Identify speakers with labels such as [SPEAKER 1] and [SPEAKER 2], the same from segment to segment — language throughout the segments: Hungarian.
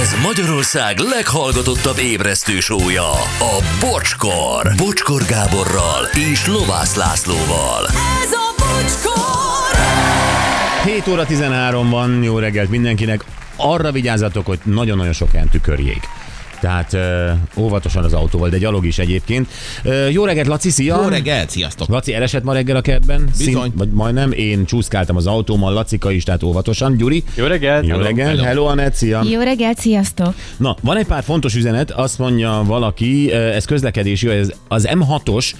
[SPEAKER 1] Ez Magyarország leghallgatottabb ébresztő sója, a Bocskor. Bocskor Gáborral és Lovász Lászlóval.
[SPEAKER 2] Ez a bocskor!
[SPEAKER 3] 7 óra 13 van, jó reggelt mindenkinek. Arra vigyázzatok, hogy nagyon-nagyon sok helyen tükörjék. Tehát ö, óvatosan az autóval, de gyalog is egyébként. Ö, jó reggelt, Laci, szia!
[SPEAKER 4] Jó reggelt, sziasztok!
[SPEAKER 3] Laci elesett ma reggel a kertben.
[SPEAKER 4] Bizony.
[SPEAKER 3] vagy majdnem, én csúszkáltam az autómmal, Lacika is, tehát óvatosan. Gyuri?
[SPEAKER 5] Jó reggelt!
[SPEAKER 3] Jó reggelt,
[SPEAKER 4] hello.
[SPEAKER 3] hello Anett, szia!
[SPEAKER 6] Jó reggelt, sziasztok!
[SPEAKER 3] Na, van egy pár fontos üzenet, azt mondja valaki, ö, ez közlekedési, ez az M6-os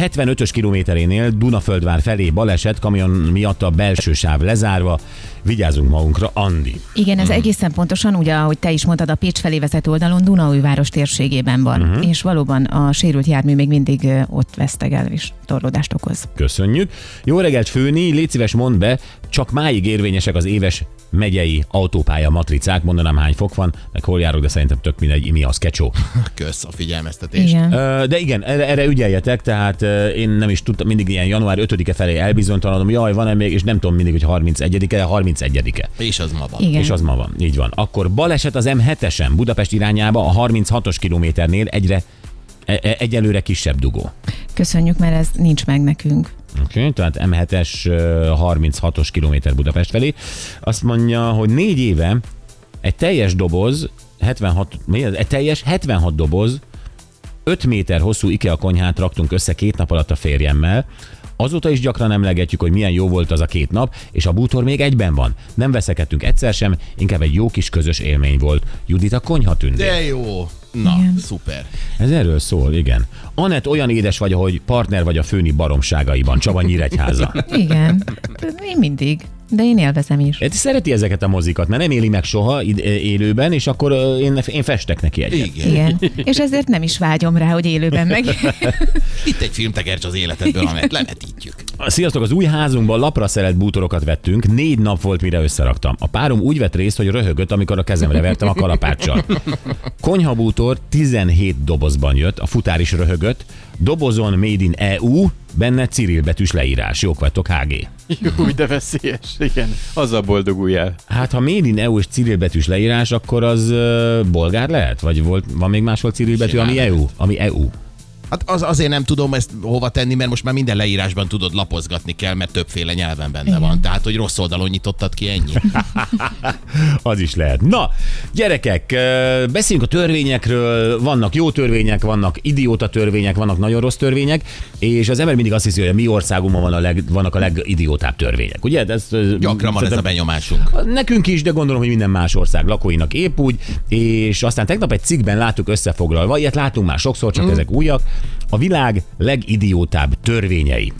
[SPEAKER 3] 75-ös kilométerénél Dunaföldvár felé baleset, kamion miatt a belső sáv lezárva. Vigyázzunk magunkra, Andi.
[SPEAKER 6] Igen,
[SPEAKER 3] Mhm.
[SPEAKER 6] ez egészen pontosan, ugye, ahogy te is mondtad, a Pécs felé vezet oldalon Dunaújváros térségében van,
[SPEAKER 3] Mhm.
[SPEAKER 6] uh-huh. és valóban a sérült jármű még mindig ö, ott vesztegel és torlódást okoz.
[SPEAKER 3] Köszönjük. Jó reggelt, Főni, légy szíves, mondd be, csak máig érvényesek az éves megyei autópálya matricák, mondanám hány fok van, meg hol járok, de szerintem tök mindegy, mi az kecsó.
[SPEAKER 4] Kösz a figyelmeztetést.
[SPEAKER 6] Igen.
[SPEAKER 3] Ö, De igen, erre, erre ügyeljetek, tehát ö, én nem is tudtam, mindig ilyen január 5-e felé elbizonytalanodom, jaj, van-e még, és nem tudom mindig, hogy 31-e, de 31-e.
[SPEAKER 4] És az ma van.
[SPEAKER 6] Igen.
[SPEAKER 3] És az ma van, így van. Akkor baleset az M7-esen Budapest irányába a 36-os kilométernél egyre e- e- egyelőre kisebb dugó.
[SPEAKER 6] Köszönjük, mert ez nincs meg nekünk.
[SPEAKER 3] Oké, okay, tehát M7-es ö, 36-os kilométer Budapest felé. Azt mondja, hogy négy éve egy teljes doboz, 76, mi ez? egy teljes 76 doboz, 5 méter hosszú IKEA konyhát raktunk össze két nap alatt a férjemmel. Azóta is gyakran emlegetjük, hogy milyen jó volt az a két nap, és a bútor még egyben van. Nem veszekedtünk egyszer sem, inkább egy jó kis közös élmény volt. Judit a konyha tündér.
[SPEAKER 4] De jó! Na, Igen. szuper.
[SPEAKER 3] Ez erről szól, igen. Anett olyan édes vagy, ahogy partner vagy a főni baromságaiban, Csaba Nyíregyháza.
[SPEAKER 6] Igen, én mindig, de én élvezem is.
[SPEAKER 3] Hát szereti ezeket a mozikat, mert nem éli meg soha id- élőben, és akkor ö, én, én festek neki egyet.
[SPEAKER 4] Igen. Igen.
[SPEAKER 6] Igen, és ezért nem is vágyom rá, hogy élőben meg.
[SPEAKER 4] Itt egy filmtekercs az életedből, amelyet levetítjük.
[SPEAKER 3] Sziasztok, az új házunkban lapra szeret bútorokat vettünk, négy nap volt, mire összeraktam. A párom úgy vett részt, hogy röhögött, amikor a kezemre vertem a kalapáccsal. Konyhabútor 17 dobozban jött, a futár is röhögött, dobozon Made in EU, benne Cyril betűs leírás. Jók vagytok, HG.
[SPEAKER 5] Jó, de veszélyes, igen. Azzal boldoguljál.
[SPEAKER 3] Hát ha Made in EU és Cyril betűs leírás, akkor az uh, bolgár lehet? Vagy volt, van még máshol Cyril betű, ami
[SPEAKER 4] Simán
[SPEAKER 3] EU? Ami E EU.
[SPEAKER 4] Hát az, azért nem tudom ezt hova tenni, mert most már minden leírásban tudod lapozgatni kell, mert többféle nyelven benne Igen. van. Tehát, hogy rossz oldalon nyitottad ki ennyi.
[SPEAKER 3] Az is lehet. Na, gyerekek, ö, beszéljünk a törvényekről. Vannak jó törvények, vannak idióta törvények, vannak nagyon rossz törvények, és az ember mindig azt hiszi, hogy a mi országunkban van a leg, vannak a legidiótább törvények. Ugye? Ez, ö,
[SPEAKER 4] Gyakran van ez a
[SPEAKER 3] szerintem-
[SPEAKER 4] benyomásunk.
[SPEAKER 3] Nekünk is, de gondolom, hogy minden más ország lakóinak épp úgy, és aztán tegnap egy cikkben láttuk összefoglalva, ilyet látunk már sokszor, csak mm. ezek újak, a világ legidiótább törvényei.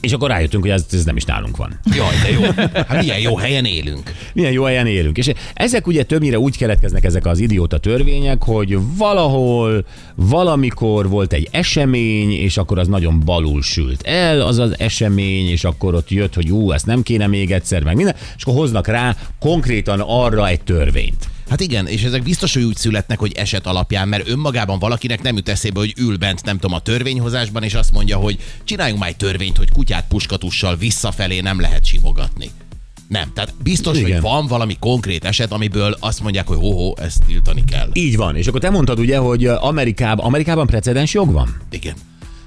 [SPEAKER 3] És akkor rájöttünk, hogy ez, ez nem is nálunk van.
[SPEAKER 4] Jaj, de jó. Hát milyen jó helyen élünk.
[SPEAKER 3] Milyen jó helyen élünk. És ezek ugye többnyire úgy keletkeznek ezek az idióta törvények, hogy valahol, valamikor volt egy esemény, és akkor az nagyon balul sült el az az esemény, és akkor ott jött, hogy jó, ezt nem kéne még egyszer, meg minden, és akkor hoznak rá konkrétan arra egy törvényt.
[SPEAKER 4] Hát igen, és ezek biztos, hogy úgy születnek, hogy eset alapján, mert önmagában valakinek nem jut eszébe, hogy ül bent, nem tudom, a törvényhozásban, és azt mondja, hogy csináljunk már egy törvényt, hogy kutyát puskatussal visszafelé nem lehet simogatni. Nem, tehát biztos, igen.
[SPEAKER 3] Igen.
[SPEAKER 4] hogy van valami konkrét eset, amiből azt mondják, hogy hoho, ezt tiltani kell.
[SPEAKER 3] Így van, és akkor te mondtad ugye, hogy Amerikában, Amerikában precedens jog van?
[SPEAKER 4] Igen.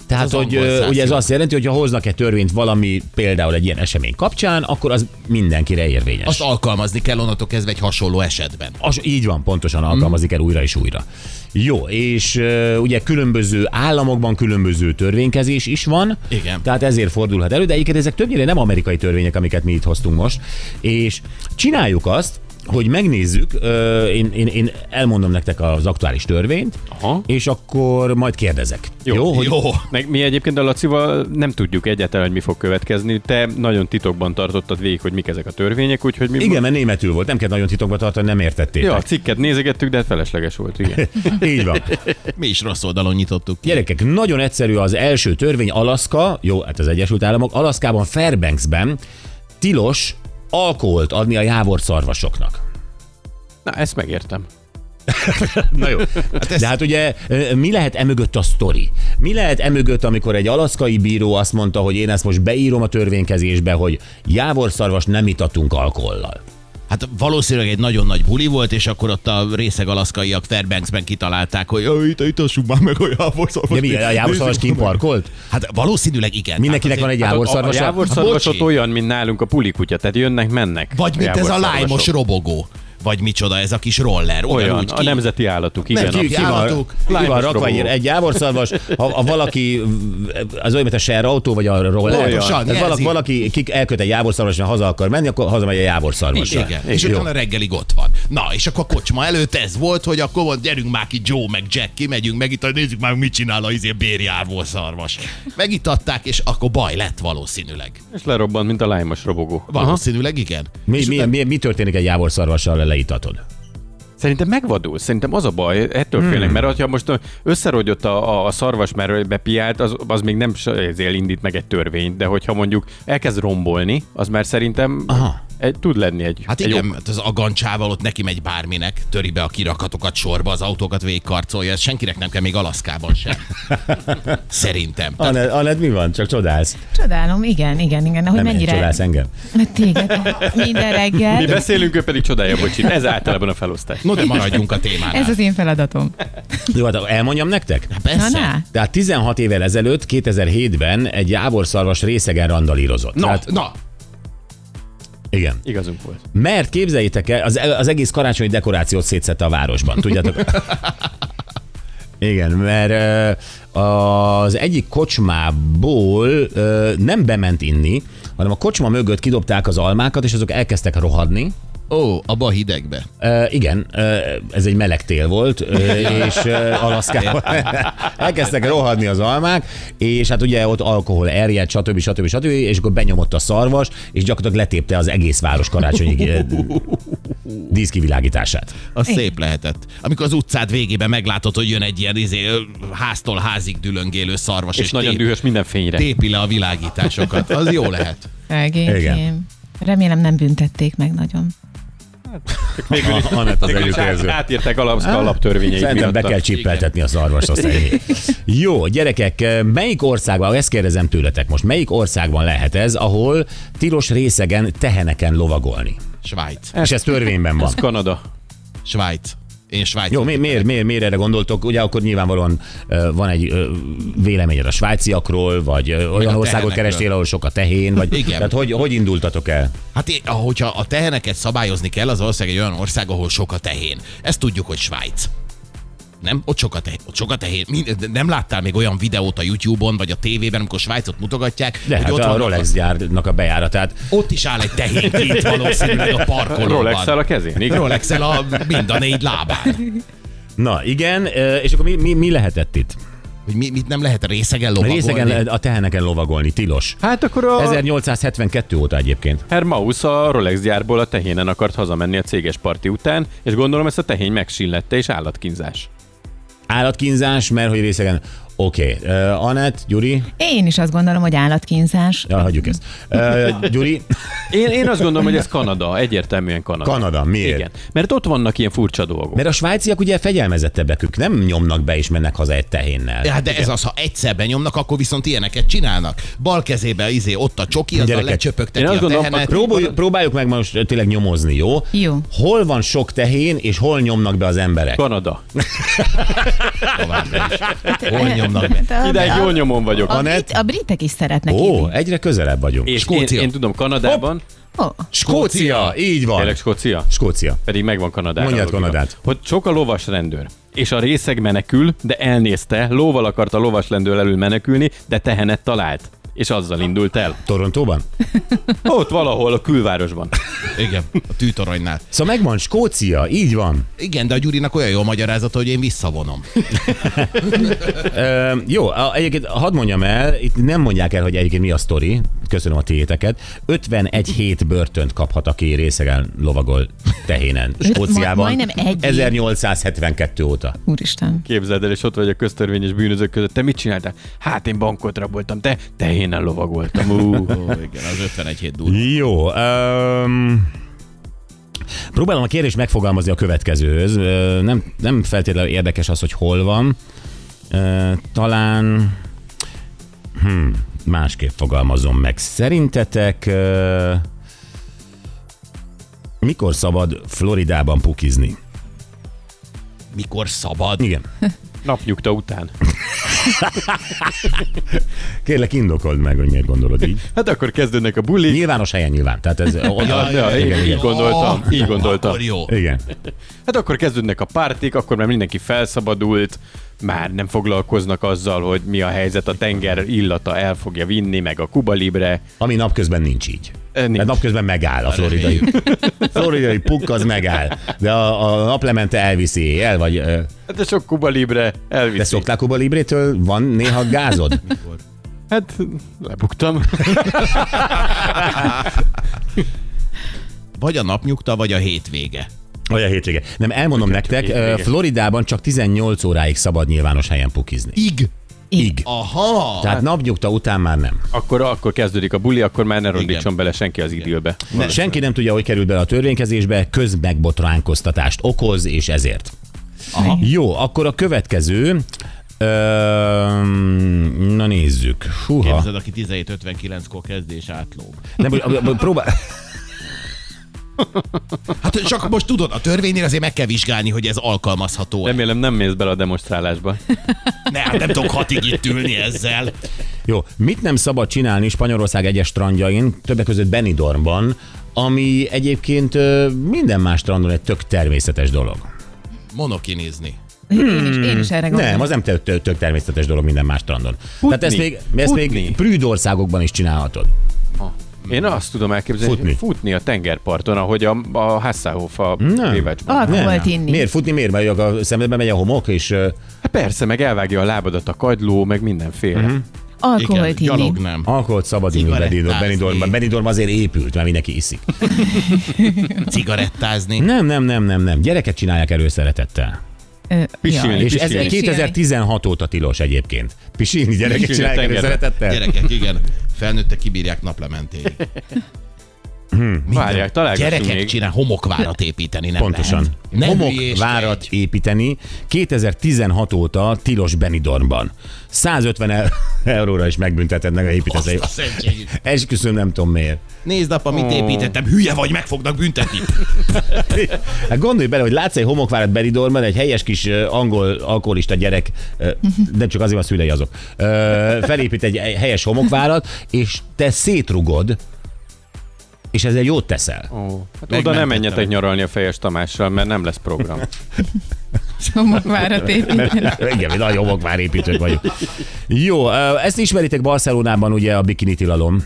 [SPEAKER 3] Tehát,
[SPEAKER 4] Az
[SPEAKER 3] hogy
[SPEAKER 4] angol
[SPEAKER 3] ö,
[SPEAKER 4] száz
[SPEAKER 3] ugye ez
[SPEAKER 4] jog.
[SPEAKER 3] azt jelenti, hogy ha hoznak-e törvényt valami, például egy ilyen esemény kapcsán, akkor az mindenkire érvényes.
[SPEAKER 4] Azt alkalmazni kell onnantól kezdve egy hasonló esetben.
[SPEAKER 3] Az, így van, pontosan alkalmazik el újra és újra. Jó, és ö, ugye különböző államokban különböző törvénykezés is van.
[SPEAKER 4] Igen.
[SPEAKER 3] Tehát ezért fordulhat elő, de egyébként ezek többnyire nem amerikai törvények, amiket mi itt hoztunk most. És csináljuk azt, hogy megnézzük, ö, én, én, én elmondom nektek az aktuális törvényt,
[SPEAKER 5] Aha.
[SPEAKER 3] és akkor majd kérdezek. Jó, hogy
[SPEAKER 4] Jó.
[SPEAKER 5] Meg mi egyébként a Lacival nem tudjuk egyáltalán, hogy mi fog következni. Te nagyon titokban tartottad végig, hogy mik ezek a törvények, úgyhogy mi...
[SPEAKER 3] Igen, mert németül volt, nem kell nagyon titokba tartani, nem értettétek.
[SPEAKER 5] Ja, a cikket nézegettük, de hát felesleges volt, igen.
[SPEAKER 3] Így van.
[SPEAKER 4] Mi is rossz oldalon nyitottuk ki.
[SPEAKER 3] Gyerekek, nagyon egyszerű az első törvény, Alaszka, jó, hát az Egyesült Államok, Alaszkában, Fairbanksben tilos alkoholt adni a jávor szarvasoknak.
[SPEAKER 5] Na, ezt megértem.
[SPEAKER 3] Na jó. Hát ez... De hát ugye ö, mi lehet emögött a sztori? Mi lehet emögött, amikor egy alaszkai bíró azt mondta, hogy én ezt most beírom a törvénykezésbe, hogy jávor szarvas nem itatunk alkohollal?
[SPEAKER 4] Hát valószínűleg egy nagyon nagy buli volt, és akkor ott a részeg alaszkaiak Fairbanksben kitalálták, hogy "Ö, itt, itt assuk már meg a jávorszarvas.
[SPEAKER 3] De mi, a jávorszarvas kimparkolt?
[SPEAKER 4] Hát valószínűleg igen.
[SPEAKER 3] Mindenkinek
[SPEAKER 4] Tehát
[SPEAKER 3] van egy
[SPEAKER 4] azért- Hát
[SPEAKER 5] A
[SPEAKER 3] jávorszarvas.
[SPEAKER 5] jávorszarvas
[SPEAKER 4] Bocsi.
[SPEAKER 5] ott olyan, mint nálunk a pulikutya, tehát jönnek, mennek.
[SPEAKER 4] Vagy mint ez a
[SPEAKER 5] jávorszarvasok.
[SPEAKER 4] lájmos robogó. Vagy micsoda, ez a kis roller.
[SPEAKER 5] Olyan,
[SPEAKER 4] ugyanúgy
[SPEAKER 5] a
[SPEAKER 4] ki-
[SPEAKER 5] nemzeti állatuk, igen.
[SPEAKER 4] Neki-
[SPEAKER 5] a-
[SPEAKER 3] ki, ki, van,
[SPEAKER 4] Állatok.
[SPEAKER 3] ki van
[SPEAKER 5] Lájmos
[SPEAKER 3] rakva
[SPEAKER 5] robó.
[SPEAKER 3] egy, egy jávorszarvas, ha, ha valaki az olyan, mint a share autó, vagy a roller.
[SPEAKER 4] Pontosan,
[SPEAKER 3] Tehát valaki,
[SPEAKER 4] jelzi.
[SPEAKER 3] valaki kik elköt egy jávorszarvas, mert haza akar menni, akkor hazamegy a jávorszarvas.
[SPEAKER 4] Igen. És utána reggelig ott van. Na, és akkor a kocsma előtt ez volt, hogy akkor mond, gyerünk már ki Joe meg Jack, kimegyünk meg itt, nézzük már, mit csinál a izé bérjárvó szarvas. Megitatták, és akkor baj lett valószínűleg.
[SPEAKER 5] És lerobbant, mint a lájmos robogó.
[SPEAKER 4] Valószínűleg igen.
[SPEAKER 3] Mi,
[SPEAKER 4] És
[SPEAKER 3] mi,
[SPEAKER 4] utána-
[SPEAKER 3] mi, mi történik egy jávorszarvassal, le leítatod?
[SPEAKER 5] Szerintem megvadul, szerintem az a baj, ettől hmm. félnek, mert ha most összerogyott a, a, a szarvas, mert bepiált, az, az még nem s- ezért indít meg egy törvényt, de hogyha mondjuk elkezd rombolni, az már szerintem Aha. Egy, tud lenni egy
[SPEAKER 4] Hát
[SPEAKER 5] egy
[SPEAKER 4] igen,
[SPEAKER 5] ok.
[SPEAKER 4] mert az agancsával ott neki megy bárminek, töri be a kirakatokat sorba, az autókat végigkarcolja, ez senkinek nem kell, még Alaszkában sem. Szerintem.
[SPEAKER 3] Anett, Anett, mi van? Csak csodálsz.
[SPEAKER 6] Csodálom, igen, igen, igen. Ahogy
[SPEAKER 3] Nem mennyire.
[SPEAKER 6] mennyire...
[SPEAKER 3] csodálsz engem.
[SPEAKER 6] Hát Téged minden reggel.
[SPEAKER 5] Mi beszélünk, ő pedig csodálja, bocsi. Ez általában a felosztás.
[SPEAKER 4] No, de maradjunk a témánál.
[SPEAKER 6] Ez az én feladatom.
[SPEAKER 3] Jó, hát elmondjam nektek?
[SPEAKER 6] Na,
[SPEAKER 4] Persze.
[SPEAKER 6] na.
[SPEAKER 3] Tehát 16 évvel ezelőtt, 2007-ben egy jávorszarvas részegen randalírozott.
[SPEAKER 4] Na,
[SPEAKER 5] Hát-
[SPEAKER 3] Tehát,
[SPEAKER 4] na,
[SPEAKER 3] igen.
[SPEAKER 5] Igazunk volt.
[SPEAKER 3] Mert képzeljétek el, az, az egész karácsonyi dekorációt szétszette a városban, tudjátok? Igen, mert ö, az egyik kocsmából ö, nem bement inni, hanem a kocsma mögött kidobták az almákat, és azok elkezdtek rohadni.
[SPEAKER 4] ó, abba a hidegbe.
[SPEAKER 3] Ö, igen, ö, ez egy meleg tél volt, ö, és ö, Alaszkában elkezdtek rohadni az almák, és hát ugye ott alkohol erjed, stb. stb. stb. és akkor benyomott a szarvas, és gyakorlatilag letépte az egész város karácsonyi ö, díszkivilágítását.
[SPEAKER 4] Az szép lehetett. Amikor az utcád végében meglátod, hogy jön egy ilyen izé, ö, háztól házig dülöngélő szarvas, és,
[SPEAKER 5] És nagyon
[SPEAKER 4] tép,
[SPEAKER 5] dühös minden fényre.
[SPEAKER 4] tépi le a világításokat. Az jó lehet.
[SPEAKER 3] Igen.
[SPEAKER 6] Igen. Remélem nem büntették meg nagyon.
[SPEAKER 5] Végül is
[SPEAKER 3] Anett az
[SPEAKER 5] Végül is át-
[SPEAKER 3] együttérző.
[SPEAKER 5] átírták alapszka alaptörvényeit
[SPEAKER 3] Szerintem be
[SPEAKER 5] miatt.
[SPEAKER 3] kell csippeltetni a szarvast, azt ennyi. Jó, gyerekek, melyik országban, ezt kérdezem tőletek most, melyik országban lehet ez, ahol tilos részegen teheneken lovagolni?
[SPEAKER 4] Svájc.
[SPEAKER 3] És ez törvényben van.
[SPEAKER 5] Ez Kanada.
[SPEAKER 4] Svájc. Én Svájc.
[SPEAKER 3] Jó, mi, miért, miért, miért erre gondoltok? Ugye akkor nyilvánvalóan ö, van egy ö, véleményed a svájciakról, vagy ö, olyan
[SPEAKER 4] a
[SPEAKER 3] országot
[SPEAKER 4] tehenekről.
[SPEAKER 3] kerestél, ahol sok a tehén, vagy
[SPEAKER 4] Igen.
[SPEAKER 3] tehát hogy, hogy indultatok el?
[SPEAKER 4] Hát é- hogyha a teheneket szabályozni kell, az ország egy olyan ország, ahol sok a tehén. Ezt tudjuk, hogy Svájc. Nem? Ott sok a tehén. Ott sok a tehén. Mind- de Nem láttál még olyan videót a YouTube-on vagy a tévében, amikor Svájcot mutogatják,
[SPEAKER 3] De
[SPEAKER 4] hogy
[SPEAKER 3] hát
[SPEAKER 4] ott
[SPEAKER 3] a
[SPEAKER 4] vannak
[SPEAKER 3] Rolex gyárnak a bejáratát.
[SPEAKER 4] Ott is áll egy tehén kint valószínűleg a parkolóban.
[SPEAKER 5] rolex a kezén, igen.
[SPEAKER 4] rolex a mind a négy lábán.
[SPEAKER 3] Na igen, ö, és akkor mi, mi, mi lehetett itt?
[SPEAKER 4] Hogy mi, mit nem lehet részegen
[SPEAKER 3] A
[SPEAKER 4] lovagolni?
[SPEAKER 3] részegen, a teheneken lovagolni, tilos.
[SPEAKER 5] Hát akkor a
[SPEAKER 3] 1872 óta egyébként.
[SPEAKER 5] Hermaus a Rolex gyárból a tehénen akart hazamenni a céges parti után, és gondolom ezt a tehén megsillette, és állatkínzás.
[SPEAKER 3] Állatkínzás, mert hogy részegen... Oké, okay. uh, Anett, Gyuri,
[SPEAKER 6] Én is azt gondolom, hogy állatkínzás.
[SPEAKER 3] ja, hagyjuk ezt. Uh, Gyuri,
[SPEAKER 5] Én, én azt gondolom, hogy ez Kanada, egyértelműen Kanada.
[SPEAKER 3] Kanada, miért?
[SPEAKER 5] Igen, mert ott vannak ilyen furcsa dolgok.
[SPEAKER 3] Mert a svájciak ugye fegyelmezettebbek, ők nem nyomnak be és mennek haza egy tehénnel.
[SPEAKER 4] Hát de ez az, ha egyszer benyomnak, akkor viszont ilyeneket csinálnak. Bal kezébe izé, ott a csoki, azzal
[SPEAKER 3] Gyerekek,
[SPEAKER 4] lecsöpögteti
[SPEAKER 5] én azt
[SPEAKER 4] a
[SPEAKER 5] gondolom,
[SPEAKER 4] tehenet.
[SPEAKER 3] Próbáljuk, próbáljuk meg most tényleg nyomozni, jó?
[SPEAKER 6] Jó.
[SPEAKER 3] Hol van sok tehén, és hol nyomnak be az emberek?
[SPEAKER 5] Kanada.
[SPEAKER 4] Továbbra is. Hol nyomnak be?
[SPEAKER 6] Hát a-
[SPEAKER 5] Ideig jól nyomon vagyok.
[SPEAKER 6] a,
[SPEAKER 3] Anett?
[SPEAKER 6] brit, a britek is szeretnek
[SPEAKER 3] Ó,
[SPEAKER 6] inni.
[SPEAKER 3] egyre közelebb vagyunk.
[SPEAKER 5] És én,
[SPEAKER 4] Skócia.
[SPEAKER 5] én, tudom, Kanadában,
[SPEAKER 6] Ó,
[SPEAKER 3] Skócia, így van.
[SPEAKER 5] tényleg Skócia,
[SPEAKER 3] Skócia.
[SPEAKER 5] pedig megvan Kanadában.
[SPEAKER 3] Mondjad Kanadát.
[SPEAKER 5] Hogy sok a lovas rendőr, és a részeg menekül, de elnézte, lóval akart a lovas rendőr elől menekülni, de tehenet talált és azzal indult el.
[SPEAKER 3] Torontóban?
[SPEAKER 5] Ott valahol a külvárosban.
[SPEAKER 4] Igen, a tűtoronynál.
[SPEAKER 3] Szóval megvan, Skócia, így van.
[SPEAKER 4] Igen, de a Gyurinak olyan jó magyarázata, hogy én visszavonom.
[SPEAKER 3] Ö, jó, a- egyébként hadd mondjam el, itt nem mondják el, hogy egyébként mi a sztori, köszönöm a tiéteket. 51 hét börtönt kaphat, aki részegen lovagol tehénen Skóciában.
[SPEAKER 6] ma- majdnem egy év.
[SPEAKER 3] 1872 óta.
[SPEAKER 6] úristen.
[SPEAKER 5] Képzeld el, és ott vagy a köztörvény és bűnözők között. Te mit csináltál? Hát én bankot raboltam, te tehénen lovagoltam. Ú.
[SPEAKER 4] Ó, igen, az 51 hét durva.
[SPEAKER 3] Jó. Um... Próbálom a kérdést megfogalmazni a következőhöz. Ö, Nem, nem feltétlenül érdekes az, hogy hol van. Ö, Talán hmm, másképp fogalmazom meg. Szerintetek ö, Mikor szabad Floridában pukizni?
[SPEAKER 4] Mikor szabad?
[SPEAKER 3] Igen.
[SPEAKER 5] Napnyugta után.
[SPEAKER 3] Kérlek, indokold meg, hogy miért gondolod így.
[SPEAKER 5] Hát akkor kezdődnek a buli.
[SPEAKER 3] Nyilvános helyen nyilván. Tehát ez
[SPEAKER 5] Ja,
[SPEAKER 3] oda,
[SPEAKER 5] ja, igen,
[SPEAKER 3] igen,
[SPEAKER 5] így
[SPEAKER 3] igen.
[SPEAKER 5] gondoltam, így gondoltam.
[SPEAKER 4] Ah, Akkor jó.
[SPEAKER 3] igen.
[SPEAKER 5] Hát akkor kezdődnek a pártik, akkor már mindenki felszabadult, már nem foglalkoznak azzal, hogy mi a helyzet, a tenger illata el fogja vinni, meg a Kuba Libre.
[SPEAKER 3] Ami napközben nincs így.
[SPEAKER 5] Ö, nincs.
[SPEAKER 3] Nincs. Mert napközben megáll a floridai. floridai pukk az megáll. De a, a naplemente elviszi, el vagy... ö,
[SPEAKER 5] Hát de sok Kuba Libre
[SPEAKER 3] Te
[SPEAKER 5] elviszi.
[SPEAKER 3] szoktál Kuba Librétől? Van néha gázod?
[SPEAKER 5] Hát lebuktam.
[SPEAKER 4] Vagy a napnyugta, vagy a hétvége.
[SPEAKER 3] Vagy a hétvége. Nem, elmondom nektek, ö, Floridában csak 18 óráig szabad nyilvános helyen pukizni.
[SPEAKER 4] Ig.
[SPEAKER 3] Ig.
[SPEAKER 4] Aha.
[SPEAKER 3] Tehát napnyugta után már nem.
[SPEAKER 5] Akkor, akkor kezdődik a buli, akkor már ne rondítson
[SPEAKER 4] Igen.
[SPEAKER 5] bele senki az idilbe.
[SPEAKER 3] Ne, senki nem tudja, hogy került bele a törvénykezésbe, közmegbotránkoztatást okoz, és ezért.
[SPEAKER 6] Hm.
[SPEAKER 3] Aha. Jó, akkor a következő. Öm, na nézzük. Húha.
[SPEAKER 4] Képzeld, aki 17.59-kor kezdés átlóg.
[SPEAKER 3] Nem, bo- bo- próbál...
[SPEAKER 4] Hát csak most tudod, a törvénynél azért meg kell vizsgálni, hogy ez alkalmazható. Nem,
[SPEAKER 5] Remélem nem mész bele a demonstrálásba.
[SPEAKER 4] ne, hát nem tudok hatig itt ülni ezzel.
[SPEAKER 3] Jó, mit nem szabad csinálni Spanyolország egyes strandjain, többek között Benidormban, ami egyébként ö, minden más strandon egy tök természetes dolog.
[SPEAKER 4] Monokinizni.
[SPEAKER 6] Én is, én
[SPEAKER 4] Hmm.
[SPEAKER 6] is erre gondolom.
[SPEAKER 3] Nem, az nem tök, tök, tök természetes dolog minden más strandon. Tehát ezt még, ezt még
[SPEAKER 5] Futni.
[SPEAKER 3] prűdországokban is csinálhatod.
[SPEAKER 5] Én azt tudom elképzelni,
[SPEAKER 3] Futni.
[SPEAKER 5] futni, futni a tengerparton, ahogy a, a Hasselhoff a Bévácsban.
[SPEAKER 4] Hát-
[SPEAKER 6] Alkoholt
[SPEAKER 3] Nem.
[SPEAKER 6] inni.
[SPEAKER 3] Miért futni, miért? Mert a szemedbe megy a homok, és ö,
[SPEAKER 5] Hát persze, meg elvágja a lábadat a kagyló, meg mindenféle.
[SPEAKER 3] Mhm.
[SPEAKER 5] Mm-hmm.
[SPEAKER 4] Igen,
[SPEAKER 6] Alkoholt inni.
[SPEAKER 4] gyalog nem.
[SPEAKER 3] alkoholt szabad inni
[SPEAKER 4] Cigarettázni.
[SPEAKER 3] Benidorm- Benidormban. Benidorm azért épült, mert mindenki iszik.
[SPEAKER 4] Cigarettázni.
[SPEAKER 3] Nem, nem, nem, nem, nem. Gyereket csinálják előszeretettel.
[SPEAKER 6] Ö,
[SPEAKER 5] Pisilni.
[SPEAKER 3] És ez
[SPEAKER 5] Pisilni.
[SPEAKER 3] 2016 óta tilos egyébként. Pisilni gyereket
[SPEAKER 5] Pisilni a
[SPEAKER 3] csinálják
[SPEAKER 5] tengerbe.
[SPEAKER 3] előszeretettel?
[SPEAKER 4] Gyerekek, igen. Felnőttek kibírják naplementéig.
[SPEAKER 5] Várják, találkozunk
[SPEAKER 4] Gyerekek
[SPEAKER 5] még.
[SPEAKER 4] csinál homokvárat építeni, nem
[SPEAKER 3] Pontosan.
[SPEAKER 4] lehet. Nem
[SPEAKER 3] Homokvárat építeni 2016 óta tilos Benidormban. 150 e- euróra is megbüntetednek a építőt.
[SPEAKER 4] építeni.
[SPEAKER 3] Esküszöm, nem tudom miért.
[SPEAKER 4] Nézd, apa, mit építettem. Hülye vagy, meg fognak büntetni.
[SPEAKER 3] Hát gondolj bele, hogy látsz egy homokvárat Benidormban, egy helyes kis ö, angol alkoholista gyerek, ö, nem csak azért van szülei azok, ö, felépít egy helyes homokvárat, és te szétrugod, és ezzel jót teszel.
[SPEAKER 5] Ó, hát oda
[SPEAKER 4] Megmentettem.
[SPEAKER 5] nem menjetek nyaralni a fejes Tamással, mert nem lesz program.
[SPEAKER 6] Homokvárat építeni.
[SPEAKER 3] Igen, mi nagy homokvár építők vagyunk. Jó, ö, ezt ismeritek Barcelonában ugye a bikini tilalom.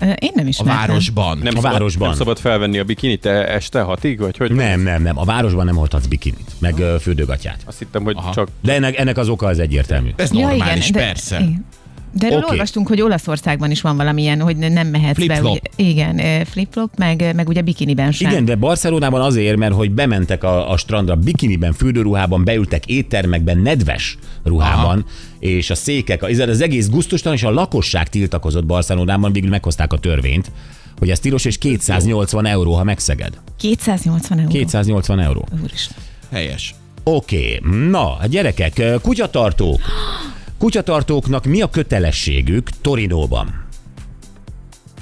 [SPEAKER 6] Ö, Én nem is
[SPEAKER 4] A városban.
[SPEAKER 5] Nem
[SPEAKER 3] A
[SPEAKER 5] szabad,
[SPEAKER 3] városban.
[SPEAKER 5] Nem szabad felvenni a bikinit e- este hatig, vagy hogy?
[SPEAKER 3] Nem, nem, nem. A városban nem hordhatsz bikinit, meg ö, fürdőgatyát.
[SPEAKER 5] Azt hittem, hogy
[SPEAKER 4] Aha.
[SPEAKER 5] csak
[SPEAKER 3] De ennek, ennek az oka az egyértelmű.
[SPEAKER 4] Ez normális, persze.
[SPEAKER 6] De, igen. de erről
[SPEAKER 3] Oké.
[SPEAKER 6] okay. olvastunk, hogy Olaszországban is van valamilyen, hogy nem mehetsz be.
[SPEAKER 4] Flip-flop.
[SPEAKER 6] Ugye, igen, ö, flip-flop, meg, meg ugye bikiniben sem.
[SPEAKER 3] Igen, de Barcelonában azért, mert hogy bementek a, a strandra bikiniben, fürdőruhában, beültek éttermekben, nedves ruhában, Aha. és a székek, az, az egész guztustalan, és a lakosság tiltakozott Barcelonában, végül meghozták a törvényt, hogy ez tilos, és 280 euró, ha megszeged.
[SPEAKER 6] 280 euró.
[SPEAKER 3] 280 euró.
[SPEAKER 6] Úristen.
[SPEAKER 4] Helyes.
[SPEAKER 3] Oké, na, gyerekek, kutyatartók. Kutyatartóknak mi a kötelességük Torinóban?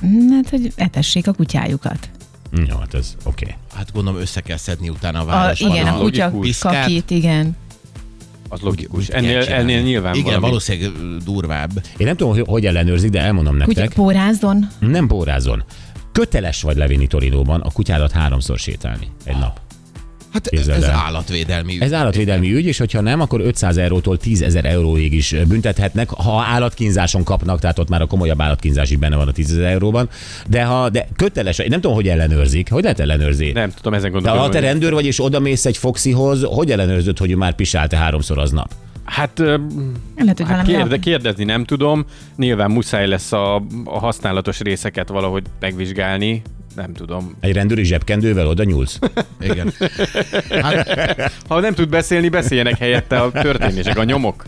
[SPEAKER 6] Mm, Hát, hogy etessék a kutyájukat.
[SPEAKER 3] Jó, hát ez oké. Okay.
[SPEAKER 4] Hát gondolom össze kell szedni utána a
[SPEAKER 6] A,
[SPEAKER 4] városban.
[SPEAKER 6] igen, hát a kutya
[SPEAKER 5] logikus.
[SPEAKER 6] kakit, igen.
[SPEAKER 5] az
[SPEAKER 4] Úgy
[SPEAKER 5] logikus.
[SPEAKER 4] kell
[SPEAKER 5] Ennél,
[SPEAKER 4] csinálni.
[SPEAKER 5] ennél nyilván
[SPEAKER 4] Igen,
[SPEAKER 5] valami.
[SPEAKER 4] valószínűleg ö, durvább.
[SPEAKER 3] Én nem tudom, hogy- hogy ellenőrzik, de elmondom
[SPEAKER 6] Kutya
[SPEAKER 3] nektek.
[SPEAKER 6] pórázdon.
[SPEAKER 3] Nem bórázon. Köteles vagy levinni Torinóban a kutyádat háromszor sétálni egy nap.
[SPEAKER 4] Hát
[SPEAKER 3] Képzeld
[SPEAKER 4] ez
[SPEAKER 3] el.
[SPEAKER 4] állatvédelmi. ügy.
[SPEAKER 3] Ez állatvédelmi ügy, és hogyha nem, akkor 500 eurótól 10 ezer euróig is büntethetnek, ha állatkínzáson kapnak, tehát ott már a komolyabb állatkínzás is benne van a 10 ezer euróban, de, ha, de köteles, vagy- én nem tudom, hogy ellenőrzik, hogy lehet ellenőrzni.
[SPEAKER 5] Nem tudom, ezen
[SPEAKER 3] De
[SPEAKER 5] gondolom.
[SPEAKER 3] ha te rendőr vagy, és odamész egy foxihoz, hogy ellenőrzöd, hogy ő már pisált-e háromszor aznap?
[SPEAKER 5] Hát ö,
[SPEAKER 6] Lehet, hogy
[SPEAKER 5] Hát
[SPEAKER 6] valami
[SPEAKER 5] kérde, kérdezni nem tudom, nyilván muszáj lesz a, a használatos részeket valahogy megvizsgálni, nem tudom.
[SPEAKER 3] Egy rendőri zsebkendővel oda nyúlsz?
[SPEAKER 4] Igen. Hát,
[SPEAKER 5] Ha nem tud beszélni, beszéljenek helyette a történések, a nyomok.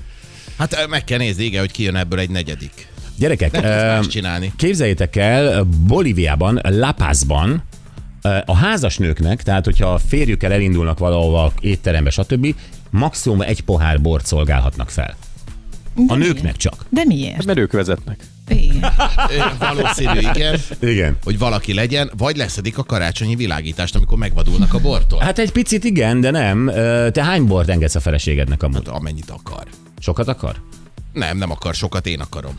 [SPEAKER 4] hát ö, meg kell nézni, igen, hogy kijön ebből egy negyedik.
[SPEAKER 3] Gyerekek,
[SPEAKER 4] Nem tudsz
[SPEAKER 3] ö,
[SPEAKER 4] más csinálni.
[SPEAKER 3] Képzeljétek el, Bolíviában, La Pazban ö, a házasnőknek, tehát hogyha a férjükkel elindulnak valahova étterembe, stb., maximum egy pohár bort szolgálhatnak fel. A nőknek csak.
[SPEAKER 6] De miért?
[SPEAKER 5] Hát,
[SPEAKER 6] Hát
[SPEAKER 5] Mert ők vezetnek.
[SPEAKER 6] Igen.
[SPEAKER 4] Ö, Valószínű, igen,
[SPEAKER 3] Igen.
[SPEAKER 4] hogy valaki legyen, vagy leszedik a karácsonyi világítást, amikor megvadulnak a bortól.
[SPEAKER 3] Hát egy picit igen, de nem. Ö, Te hány bort engedsz a feleségednek amúgy?
[SPEAKER 4] Hát, Amennyit akar.
[SPEAKER 3] Sokat akar?
[SPEAKER 4] Nem, nem akar sokat, én akarom.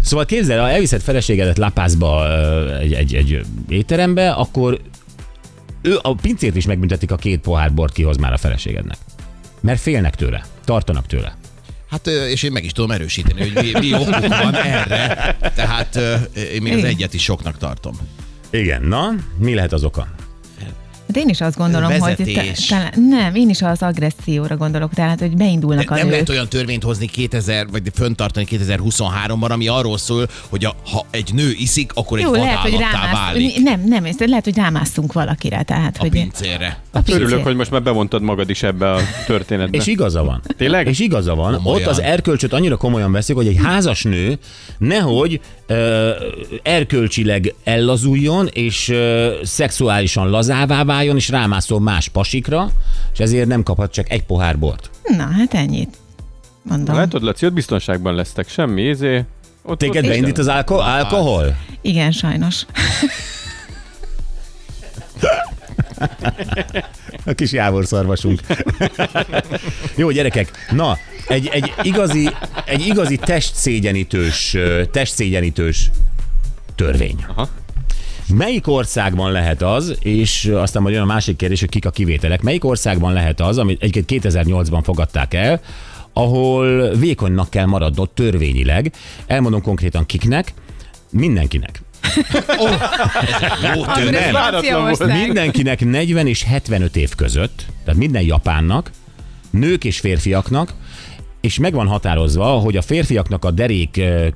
[SPEAKER 3] Szóval képzeld, ha elviszed feleségedet lapászba ö, egy, egy, egy étterembe, akkor ő a pincét is megbüntetik, a két pohár bort kihoz már a feleségednek. Mert félnek tőle, tartanak tőle.
[SPEAKER 4] Hát, ö, és én meg is tudom erősíteni, hogy mi, mi okuk van erre. Tehát ö, én még az egyet is soknak tartom.
[SPEAKER 3] Igen, na, mi lehet az oka?
[SPEAKER 6] Hát én is azt gondolom, hogy...
[SPEAKER 4] Vezetés.
[SPEAKER 6] talán- nem, én is az agresszióra gondolok, tehát, hogy beindulnak a
[SPEAKER 4] Nem
[SPEAKER 6] nők.
[SPEAKER 4] lehet olyan törvényt hozni 2000, vagy föntartani 2023-ban, ami arról szól, hogy a, ha egy nő iszik, akkor egy
[SPEAKER 6] Jó, lehet, hogy
[SPEAKER 4] vadállattá
[SPEAKER 6] rámászunk.
[SPEAKER 4] válik
[SPEAKER 6] Nem, nem, ezt lehet, hogy rámásztunk valakire. Tehát,
[SPEAKER 4] a
[SPEAKER 6] hogy
[SPEAKER 4] pincére.
[SPEAKER 6] A pincér.
[SPEAKER 5] Hát Örülök, hogy most már bevontad magad is ebbe a történetbe.
[SPEAKER 3] És igaza van.
[SPEAKER 5] Tényleg?
[SPEAKER 3] És igaza van.
[SPEAKER 4] Komolyan.
[SPEAKER 3] Ott az erkölcsöt annyira komolyan veszik, hogy egy házas nő nehogy ö, erkölcsileg ellazuljon, és ö, szexuálisan lazává váljon, és rámászol más pasikra, és ezért nem kaphat csak egy pohár bort.
[SPEAKER 6] Na, hát ennyit. Mondom.
[SPEAKER 5] Látod, Laci, ott biztonságban lesztek. Semmi, izé. Ott,
[SPEAKER 3] Téged
[SPEAKER 5] ott
[SPEAKER 3] beindít az alko- alkohol?
[SPEAKER 6] Igen, sajnos.
[SPEAKER 3] A kis Jávor szarvasunk. Jó, gyerekek, na, egy, egy igazi, egy igazi testszégyenítős, ö, testszégyenítős törvény. Aha. Melyik országban lehet az, és aztán majd jön a másik kérdés, hogy kik a kivételek, melyik országban lehet az, amit egyébként 2008-ban fogadták el, ahol vékonynak kell maradnod törvényileg, elmondom konkrétan kiknek, mindenkinek.
[SPEAKER 4] Jó törvény.
[SPEAKER 5] Nem. Váratlan volt.
[SPEAKER 3] Mindenkinek 40 és 75 év között, tehát minden japánnak, nők és férfiaknak, és meg van határozva, hogy a férfiaknak a derék ö,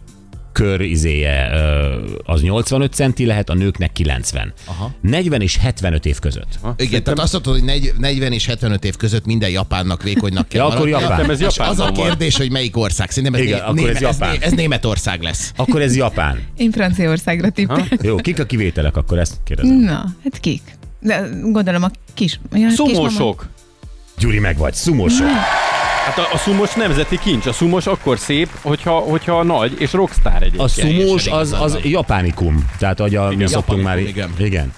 [SPEAKER 3] kör izéje ö, az 85 centi lehet, a nőknek 90. Aha. 40 és 75 év között.
[SPEAKER 5] Aha.
[SPEAKER 4] Igen, tehát azt mondod, hogy negy- 40 és 75 év között minden japánnak vékonynak kell
[SPEAKER 3] Ja, akkor
[SPEAKER 4] maradnia.
[SPEAKER 3] Japán.
[SPEAKER 5] Szerintem ez
[SPEAKER 4] És az a
[SPEAKER 5] Japánban van.
[SPEAKER 4] kérdés, hogy melyik ország. Szerintem ez,
[SPEAKER 3] Igen,
[SPEAKER 4] né-
[SPEAKER 3] akkor ez
[SPEAKER 4] néme-
[SPEAKER 3] Japán.
[SPEAKER 4] Ez, né- ez Németország lesz.
[SPEAKER 3] Akkor ez Japán.
[SPEAKER 6] Én Franciaországra tippeltem.
[SPEAKER 3] Jó, kik a kivételek, akkor ezt kérdezem.
[SPEAKER 6] Na, hát kik? De gondolom a kis... Ja, hát kismama-
[SPEAKER 5] Szumosok.
[SPEAKER 3] Gyuri, meg vagy, szumosok.
[SPEAKER 5] Hát a, a szumos nemzeti kincs. A szumos akkor szép, hogyha, hogyha nagy, és rockstar egyébként.
[SPEAKER 3] A szumós
[SPEAKER 4] teljesen
[SPEAKER 3] az, az
[SPEAKER 4] igazad
[SPEAKER 3] japánikum. Tehát, ahogy a, mi szoktunk már.
[SPEAKER 4] japanikum,
[SPEAKER 3] igen.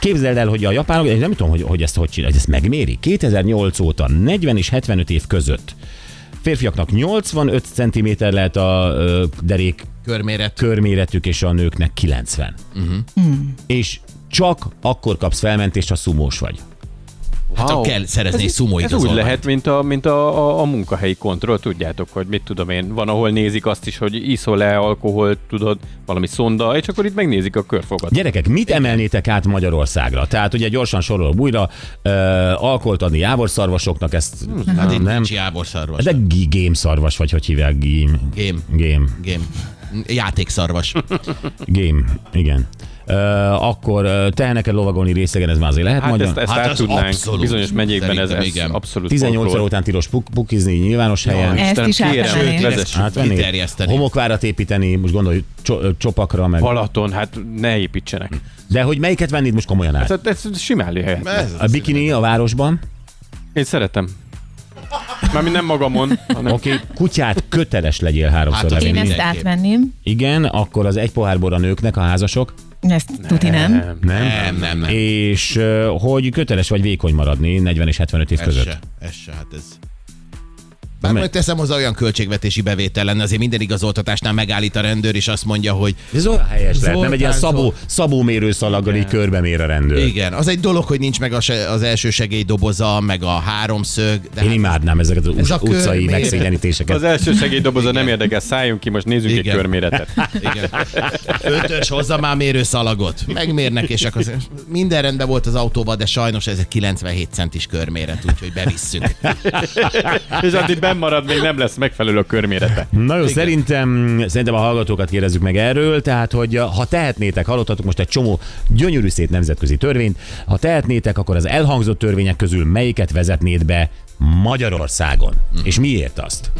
[SPEAKER 3] Képzeld el, hogy a japánok, én nem tudom, hogy, hogy ezt hogy csinálják, ezt megméri. 2008 óta 40 és 75 év között férfiaknak 85 cm lehet a ö, derék
[SPEAKER 4] Körméret.
[SPEAKER 3] körméretük, és a nőknek 90. Uh-huh.
[SPEAKER 4] Mhm.
[SPEAKER 3] És csak akkor kapsz felmentést, ha szumós vagy.
[SPEAKER 4] Hát
[SPEAKER 5] Wow.
[SPEAKER 4] akkor kell szerezni egy szumó
[SPEAKER 5] Ez úgy
[SPEAKER 4] igazolványt.
[SPEAKER 5] lehet, mint a, mint a, a, a munkahelyi kontroll, tudjátok, hogy mit tudom én, van, ahol nézik azt is, hogy iszol-e alkoholt, tudod, valami szonda, és akkor itt megnézik a körfogat.
[SPEAKER 3] Gyerekek, mit emelnétek át Magyarországra? Tehát ugye gyorsan sorolom újra, ö, alkoholt adni jávorszarvasoknak, ezt
[SPEAKER 4] Hát itt
[SPEAKER 3] nem,
[SPEAKER 4] nincs jávorszarvas.
[SPEAKER 3] De g- game szarvas vagy, hogy hívják? Game.
[SPEAKER 4] Game.
[SPEAKER 3] Game.
[SPEAKER 4] Game. Játékszarvas.
[SPEAKER 3] Game. Igen. Ö, akkor ö, teheneket lovagolni részegen, ez már azért lehet hát
[SPEAKER 5] Hát
[SPEAKER 3] magyar.
[SPEAKER 5] ezt, ezt
[SPEAKER 4] Hát
[SPEAKER 5] hát át
[SPEAKER 4] az
[SPEAKER 5] tudnánk.
[SPEAKER 4] abszolút.
[SPEAKER 5] Bizonyos megyékben ez,
[SPEAKER 4] Szerintem
[SPEAKER 5] ez
[SPEAKER 4] igen.
[SPEAKER 5] abszolút
[SPEAKER 3] 18 óra
[SPEAKER 5] folklór.
[SPEAKER 3] után tilos puk- pukizni nyilvános helyen.
[SPEAKER 5] Ja,
[SPEAKER 3] Ja,
[SPEAKER 5] Istenem,
[SPEAKER 6] Ezt is
[SPEAKER 5] kérem,
[SPEAKER 6] átvennék.
[SPEAKER 5] sőt, vezessük.
[SPEAKER 4] kiterjeszteni.
[SPEAKER 3] Homokvárat építeni, most gondolj cso- ö, csopakra meg.
[SPEAKER 5] Balaton, hát ne építsenek.
[SPEAKER 4] Hm.
[SPEAKER 3] De hogy melyiket vennéd most komolyan át?
[SPEAKER 5] Tehát Hát ez simán lehet.
[SPEAKER 4] Ez
[SPEAKER 3] A bikini a városban,
[SPEAKER 5] Én szeretem. Mármint nem magamon, hanem
[SPEAKER 3] oké, okay, kutyát köteles legyél háromszor
[SPEAKER 4] Hát az
[SPEAKER 3] hát,
[SPEAKER 6] Én
[SPEAKER 3] levinni.
[SPEAKER 6] ezt
[SPEAKER 4] Mindenképp.
[SPEAKER 6] átvenném.
[SPEAKER 3] Igen, akkor az egy pohár bor a nőknek, a házasok.
[SPEAKER 6] Ezt tuti nem.
[SPEAKER 3] Nem?
[SPEAKER 4] Nem, nem, nem.
[SPEAKER 3] És ö, hogy köteles vagy vékony maradni 40 és 75 év
[SPEAKER 4] Ez
[SPEAKER 3] között.
[SPEAKER 4] se, ez se, hát ez. Bár majd teszem hozzá olyan költségvetési bevétel lenne, azért minden igazoltatásnál megállít a rendőr, és azt mondja, hogy
[SPEAKER 3] Ez olyan helyes lehet, nem
[SPEAKER 4] Zoltán
[SPEAKER 3] egy ilyen szabó,
[SPEAKER 4] Zol-
[SPEAKER 3] szabó mérőszalaggal így körbe mér a rendőr. Igen.
[SPEAKER 4] igen, az egy dolog, hogy nincs meg a se- az első segélydoboza, meg a háromszög, de
[SPEAKER 3] Én
[SPEAKER 4] hát,
[SPEAKER 3] imádnám ezeket az
[SPEAKER 4] Ez
[SPEAKER 3] Ez
[SPEAKER 4] a
[SPEAKER 3] utcai
[SPEAKER 4] körmér.
[SPEAKER 3] megszégyenítéseket.
[SPEAKER 5] az első segélydoboza nem érdekel, szálljunk ki, most nézzük egy
[SPEAKER 4] Igen.
[SPEAKER 5] körméretet.
[SPEAKER 4] hát igen. Ötös, hozzá már mérőszalagot. Megmérnek, és akkor az- minden rendben volt az autóban, de sajnos ez egy 97 centis körméret, úgyhogy bevisszük.
[SPEAKER 5] És addig benn marad, még nem lesz megfelelő a körmérete.
[SPEAKER 3] Na jó, szerintem, szerintem a hallgatókat kérdezzük meg erről, tehát hogy eh, ha tehetnétek, hallottatok most egy csomó gyönyörű szép nemzetközi törvényt, ha tehetnétek, akkor az
[SPEAKER 4] Hm.
[SPEAKER 3] elhangzott törvények közül melyiket vezetnéd be Magyarországon? És miért azt?